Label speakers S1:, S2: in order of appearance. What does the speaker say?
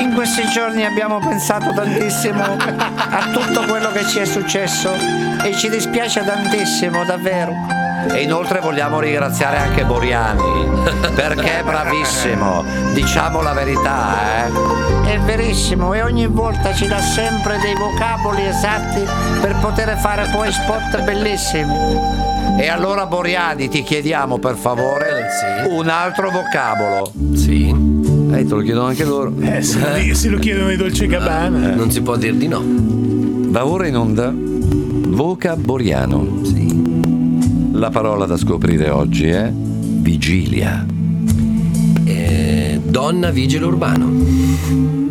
S1: In questi giorni abbiamo pensato tantissimo a tutto quello che ci è successo e ci dispiace tantissimo, davvero.
S2: E inoltre vogliamo ringraziare anche Boriani, perché è bravissimo, diciamo la verità, eh.
S1: È verissimo e ogni volta ci dà sempre dei vocaboli esatti per poter fare poi spot bellissimi.
S2: E allora Boriani ti chiediamo per favore
S3: Sì.
S2: un altro vocabolo.
S3: Sì.
S2: Eh, te lo chiedono anche loro.
S4: Eh, se, lo di- se lo chiedono i Dolce Gabbana.
S3: Non si può dir di no.
S2: Va ora in onda Voca Boriano.
S3: Sì.
S2: La parola da scoprire oggi è vigilia.
S3: Eh, donna vigile urbano.